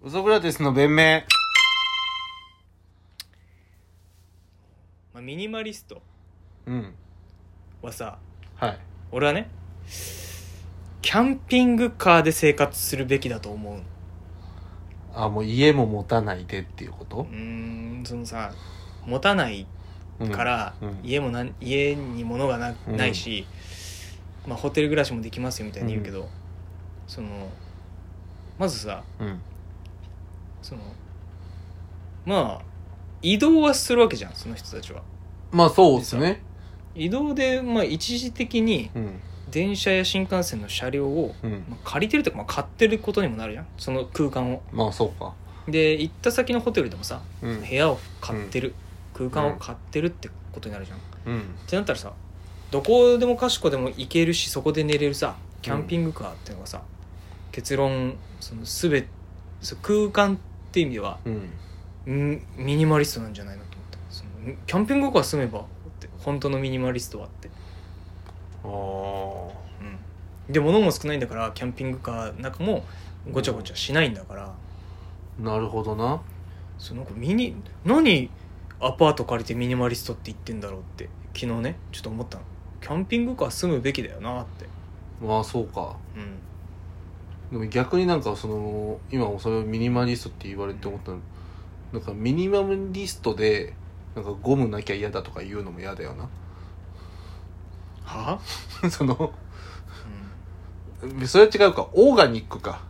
ウソクラテスの弁明。まあ、ミニマリストうん。はさはい。俺はねキャンピングカーで生活するべきだと思うあ、もう家も持たないでっていうことうーんそのさ持たないうんから、うん家もなん家に物がなうんないし、まあ、ホテル暮らしもできますよみたいに言うけど、そのまずさうん。そのまあ移動はするわけじゃんその人たちはまあそうですね。移動で、まあ、一時的にうん。電車や新幹線の車両を、うん。まあ、借りてるとか、まあ、買ってることにもなるじゃんその空間をまあそうか。で行った先のホテルでもさうん。部屋を買ってる、空間を買ってるってことになるじゃん、うん。ってなったらさどこでもかしこでも行けるしそこで寝れるさキャンピングカーっていうのがさ、結論その全てその空間って意味ではうん。んミニマリストなんじゃないのと思ってそのんキャンピングカー住めばって本当のミニマリストはって、あーうん、で物も少ないんだからキャンピングカーの中もごちゃごちゃしないんだから、なるほどな。そのなんかミニ何アパート借りてミニマリストって言ってんだろうって昨日ねちょっと思ったのキャンピングカー住むべきだよなってまあそうか。うんでも逆になんかその、今それをミニマリストって言われて思ったの。なんかミニマムリストで、なんかゴムなきゃ嫌だとか言うのも嫌だよはな。 その、あ、それは違うか。オーガニックか。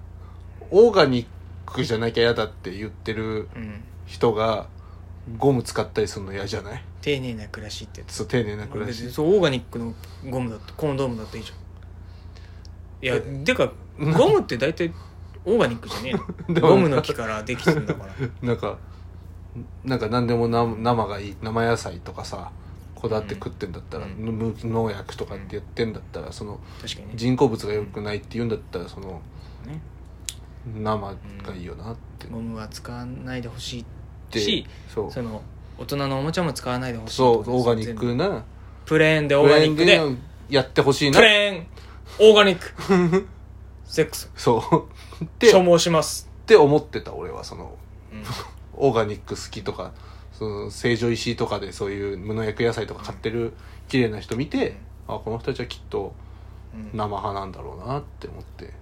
オーガニックじゃなきゃ嫌だって言ってるうんうん、人がゴム使ったりするの嫌じゃない丁寧な暮らしってやつそう丁寧な暮ら別にしそうオーガニックのゴムだとコンドームだっていいじゃんいやてかうんゴムって大体オーガニックじゃねえ でのもゴムの木からできてんだからなんかなんか何でもな生がいい生野菜とかさこだわって食ってんだったら、うん無農薬とかってやってんだったらその確かにね人工物が良くないって言うんだったらそのね生がいいよなって、ゴムは使わないでほしいでしそうその大人のおもちゃも使わないでほしいそうとかオーガニッ全部クなプレーンでオーガニックでブレンでやってほしいなプレーンオーガニック セックスそう って消っ耗します、て思ってた俺はそのうんオーガニック好きとかその成城石井とかでそういう無農薬野菜とか買ってる綺麗な人見て、あこの人たちはきっとうん生派 なんだろうなって思って、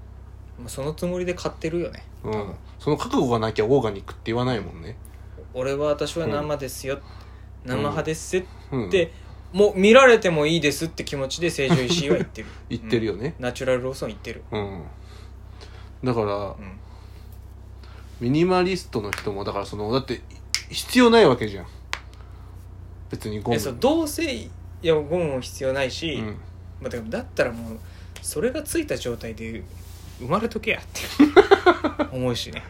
まあそのつもりで買ってるよねうん多分、その覚悟がなきゃオーガニックって言わないもんね、俺は私は生ですよ、生派ですっうん、て、もう見られてもいいですって気持ちで成城石井は言ってる 言ってるよね、ナチュラルローソン言ってるうんだからうんミニマリストの人もだからそのだって必要ないわけじゃん別にゴムえそうどうせいやゴムも必要ないし、うん、まあ、でもだったらもうそれがついた状態で生まれとけやって 思うしね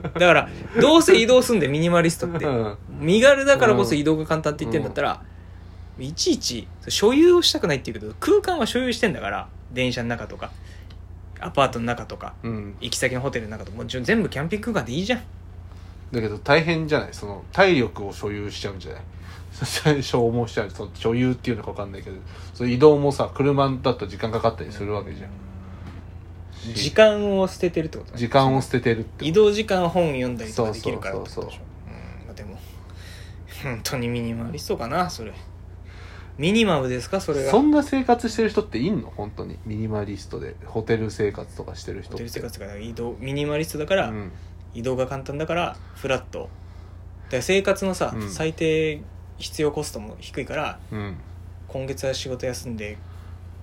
だからどうせ移動すんでミニマリストってうん身軽だからこそ移動が簡単って言ってんだったら、いちいち所有をしたくないって言うけど空間は所有してんだから電車の中とかアパートの中とか うん、行き先のホテルの中とかもう全部キャンピングカーでいいじゃんだけど大変じゃないその体力を所有しちゃうんじゃない消耗しちゃうその所有っていうのか分かんないけどその移動もさ車だと時間かかったりするわけじゃん、し時間を捨ててるってことね時間を捨ててるって移動時間本読んだりとかできるからってことそうそうでそうしそょうんまあでも本当にミニマリストかなそれミニマムですかそれがそんな生活してる人っていんの本当にミニマリストでホテル生活とかしてる人ってホテル生活が移動ミニマリストだから、うん移動が簡単だからフラットだから生活のさ、うん最低必要コストも低いからうん今月は仕事休んで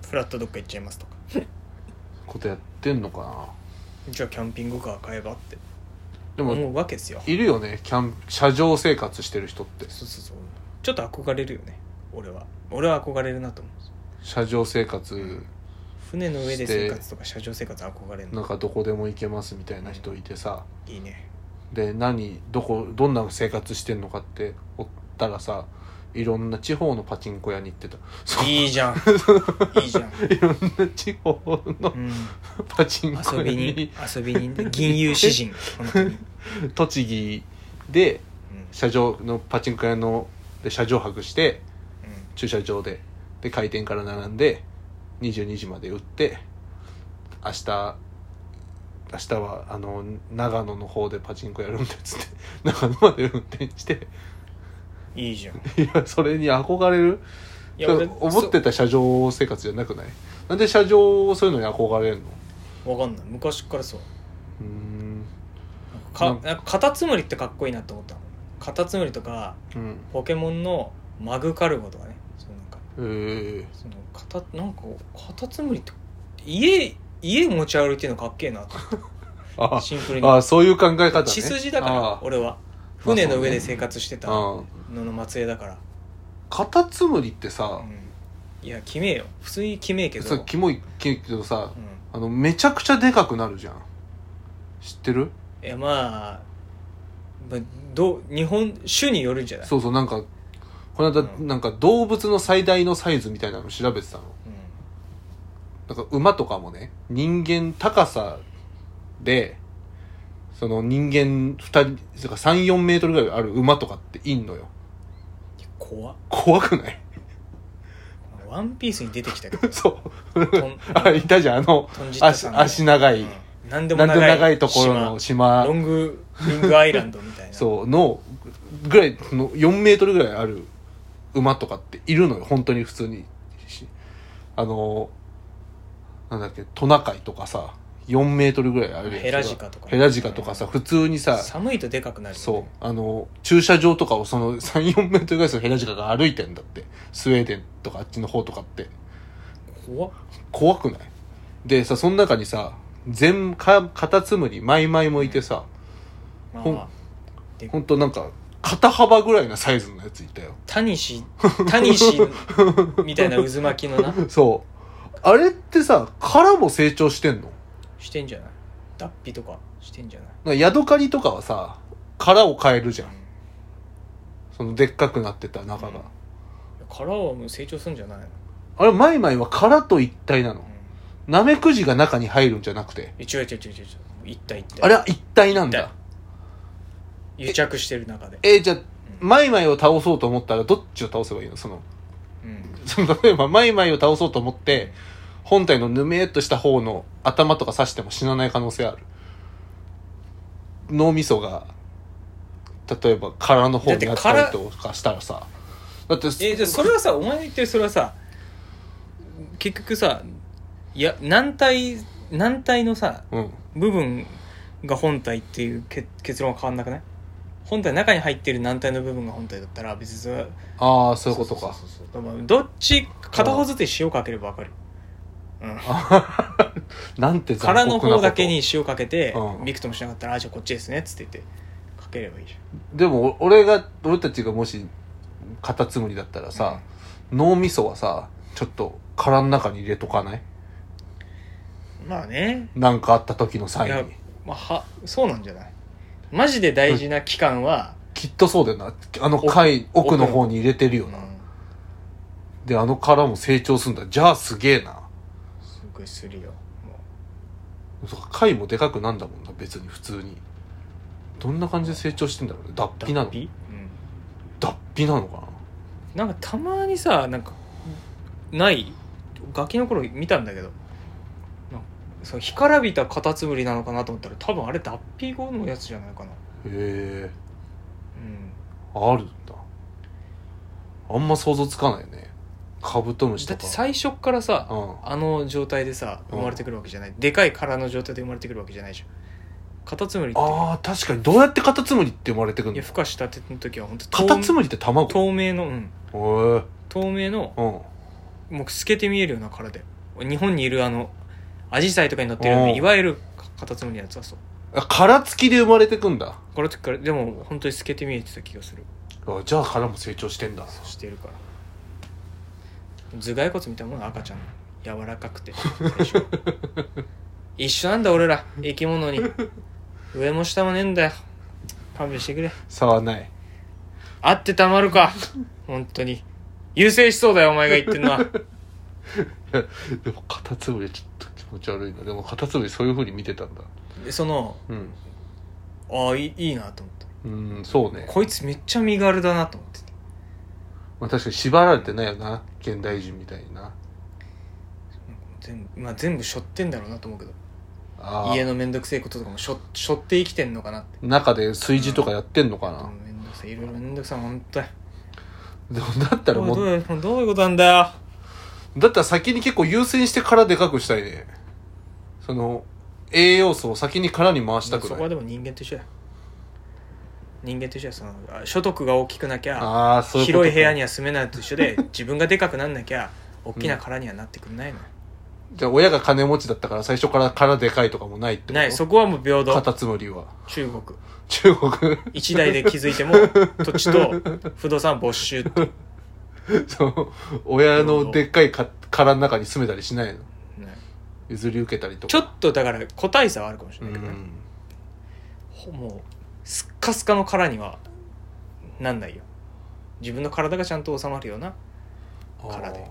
フラットどっか行っちゃいますとかことやってんのかなじゃあキャンピングカー買えばってでも、思うわけですよいるよねキャン車上生活してる人ってそうそうそうちょっと憧れるよね俺は俺は憧れるなと思う車上生活船の上で生活とか車上生活憧れるなんのかどこでも行けますみたいな人いてさ、いいねで何どこどんな生活してんのかっておったらさいろんな地方のパチンコ屋に行ってた そういいじゃんいいじゃん、いろんな地方の うん、パチンコ遊屋びに人遊び人で銀融詩人本当に、うん、栃木で車上のパチンコ屋ので車上泊して駐車場でで開店から並んで22時まで売って明日明日はあの長野の方でパチンコやるんだっつって 長野まで運転していいじゃんいいやそれに憧れるや俺思ってた車上生活じゃなくないなんで車上そういうのに憧れるのそうわかんない昔からそううーんかうんなんかカタツムリってかっこいいなと思ったのカタツムリとかうんポケモンのマグカルゴとかねそうなんかえそのカタなんかカタツムリって家家持ち歩いてるのかっけえなと思っえあてシンプルにあそういう考え方ね血筋だかあら俺は船の上で生活してたのあの末裔だから、カタツムリってうさ、ん、いや決めえよ普通に決めえけどさキモいけどさうあん、のめちゃくちゃでかくなるじゃん知ってるいやまあまあどう日本種によるんじゃないそうそうなんかこの間、うんなんか動物の最大のサイズみたいなの調べてたのうなんか馬とかもね人間高さでその人間2人とか34メートルぐらいある馬とかっていんのよん、怖っ怖くない ワンピースに出てきたけどそうとん あいたじゃんあの豚 汁足さんの足長い、うん何でもなんでも長い長いところの島島ロングリングアイランドみたいなそうのぐらいの4メートルぐらいある馬とかっているのよ本当に普通にしあのなんだっけトナカイとかさ4メートルぐらいあるやつがヘラジカとかヘラジカとかさ普通にさ寒いとでかくなるよねそうあの駐車場とかをその34メー トルぐらいのヘラジカが歩いてんだってスウェーデンとかあっちの方とかって怖っ怖くないでさその中にさ全かカタツムリマイマイもいてさ、まあほんまあでほんとなんか肩幅ぐらいなサイズのやついたよタ ニシタニシみたいな渦巻きのな そうあれってさ殻も成長してんのしてんじゃない脱皮とかしてんじゃないなんかヤドカリとかはさ殻を変えるじゃんそのでっかくなってた中が、うん殻はもう成長するんじゃないの、あれマイマイは殻と一体なのうナメクジが中に入るんじゃなくてん、違う違う違う違う違う一体一体あれは一体なんだ癒着してる中で、えーじゃあマイマイを倒そうと思ったらどっちを倒せばいいのそのうん、 その例えばマイマイを倒そうと思って本体のぬめーっとした方の頭とか刺しても死なない可能性ある脳みそが例えば殻の方にあったりとかしたらさだってえじゃあそれはさお前が言ってるそれはさ結局さいや軟体軟体のさうん部分が本体っていうけ結論は変わんなくない本体中に入ってる軟体の部分が本体だったら別にそれはああそういうことかそうそうそうまあどっち片方ずつに塩かければわかるよ、う ん、なんて残殻の酷なこと方だけに塩かけて、うんびくともしなかったらあじゃあこっちですねっつって言ってかければいいじでも俺が俺たちがもしカタツムリだったらゃんさ、脳みそはさちょっと殻の中に入れとかないうんまあねなんかあった時のい際やに、まあ、はそうなんじゃないマジで大事な期間は、きっとそうだよなあの貝奥奥の方に入れてるよな、うんであの殻も成長するんだじゃあすげえなすごいするよもそっか貝もでかくなんだもんな別に普通にどんな感じで成長してんだろうね脱う皮なの脱皮脱皮なのかなうん、なんかたまにさなんかないガキの頃見たんだけどなんかその干からびたカタツムリなのかなと思ったら多分あれ脱皮後のやつじゃないかなへえうんあるんだあんま想像つかないねカブトムシだとっかて最初っからさ、うんあの状態でさ生まれてくるわけじゃない、でかい殻の状態で生まれてくるわけじゃないじゃんカタツムリってあー確かにどうやってカタツムリって生まれてくいやる孵化したての時は本当のカタツムムリって卵へ透明のうんえうん透明のもう透けて見えるような殻で日本にいるあのアジサイとかに乗ってるようなうんいわゆるカタツムリのやつはそうあ殻付きで生まれてくんだこの時からでも本当に透けて見えてた気がするあじゃあ殻も成長してんだしてるから頭蓋骨みたいなもの赤ちゃんの柔らかくて最初一緒なんだ俺ら生き物に上も下もねえんだよ勘弁してくれ差はないあってたまるか本当に優勢しそうだよお前が言ってんのは でもカタツムリちょっと気持ち悪いなでもカタツムリそういうふうに見てたんだでそのうんああいいいいなと思ったうんそうね、こいつめっちゃ身軽だなと思っててまあ、確かに縛られてないよな現代人みたいにな全部,、まあ、全部背負ってんだろうなと思うけどああ家のめんどくせえこととかもしょしょって生きてんのかなって中で炊事とかやってんのかな、めんどくさいいろいろめんどくさい本当にでもだったらどもうういうどういうことなんだよだったら先に結構優先して殻でかくしたいねその栄養素を先に殻に回したそくこなはいでも人間と一緒や人間と一緒やそのあ所得が大きくなきゃああそういうことか広い部屋には住めないと一緒で 自分がでかくなんなきゃ大きな殻にはなってくんないのよ、じゃあ親が金持ちだったから最初から殻でかいとかもないってことないそこはもう平カ等タツムリは中国中国一代で築 いても土地と不動産没収って そう親のでっかいか殻の中に住めたりしないのね譲り受けたりとかちょっとだから個体差はあるかもしうれないけどね、んほもうすっかすかの殻にはなんないよ自分の体がちゃんと収まるような殻であ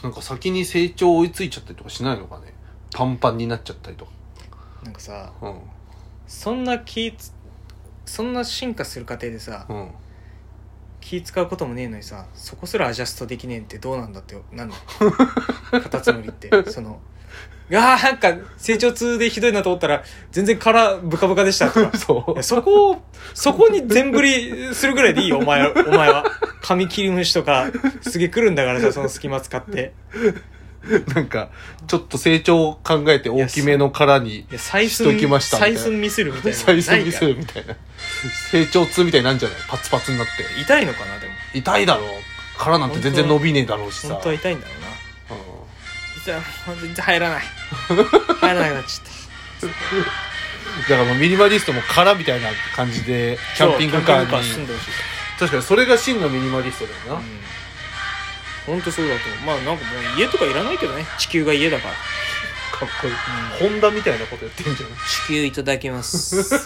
ーなんか先に成長追いついちゃったりとかしないのかねパンパンになっちゃったりとかなんかさうんそんな気つそんな進化する過程でさうん気使うこともねえのにさそこすらアジャストできねえってどうなんだってな んのカタツムリってそのあーなんか成長痛でひどいなと思ったら全然殻ブカブカでし たとかそういや そこをそこに全振りするぐらいでいいよお前お前はカミキリムシとかすげえ来るんだからさその隙間使ってなんか、ちょっと成長を考えて大きめの殻にいや採しときま寸したみたい採な寸ミスる みたいなの再生見ないせからるみたいな。成長痛みたいになんじゃないパツパツになって。痛いのかなでも痛いだろう。殻なんて全然伸びねえだろうしさ。本当は痛いんだろううなん痛いもう全然入 らない入らなくなっちゃっだからもうミニマリストも殻みたいな感じで、たキャンピングカーに。そうキャンピングカー住んでほしい確かにそれが真のミニマリストだよな。本当そうだと思うまあなんかもう家とかいらないけどね地球が家だからかっこいい。ホンダみたいなことやってんじゃん。 地球いただきます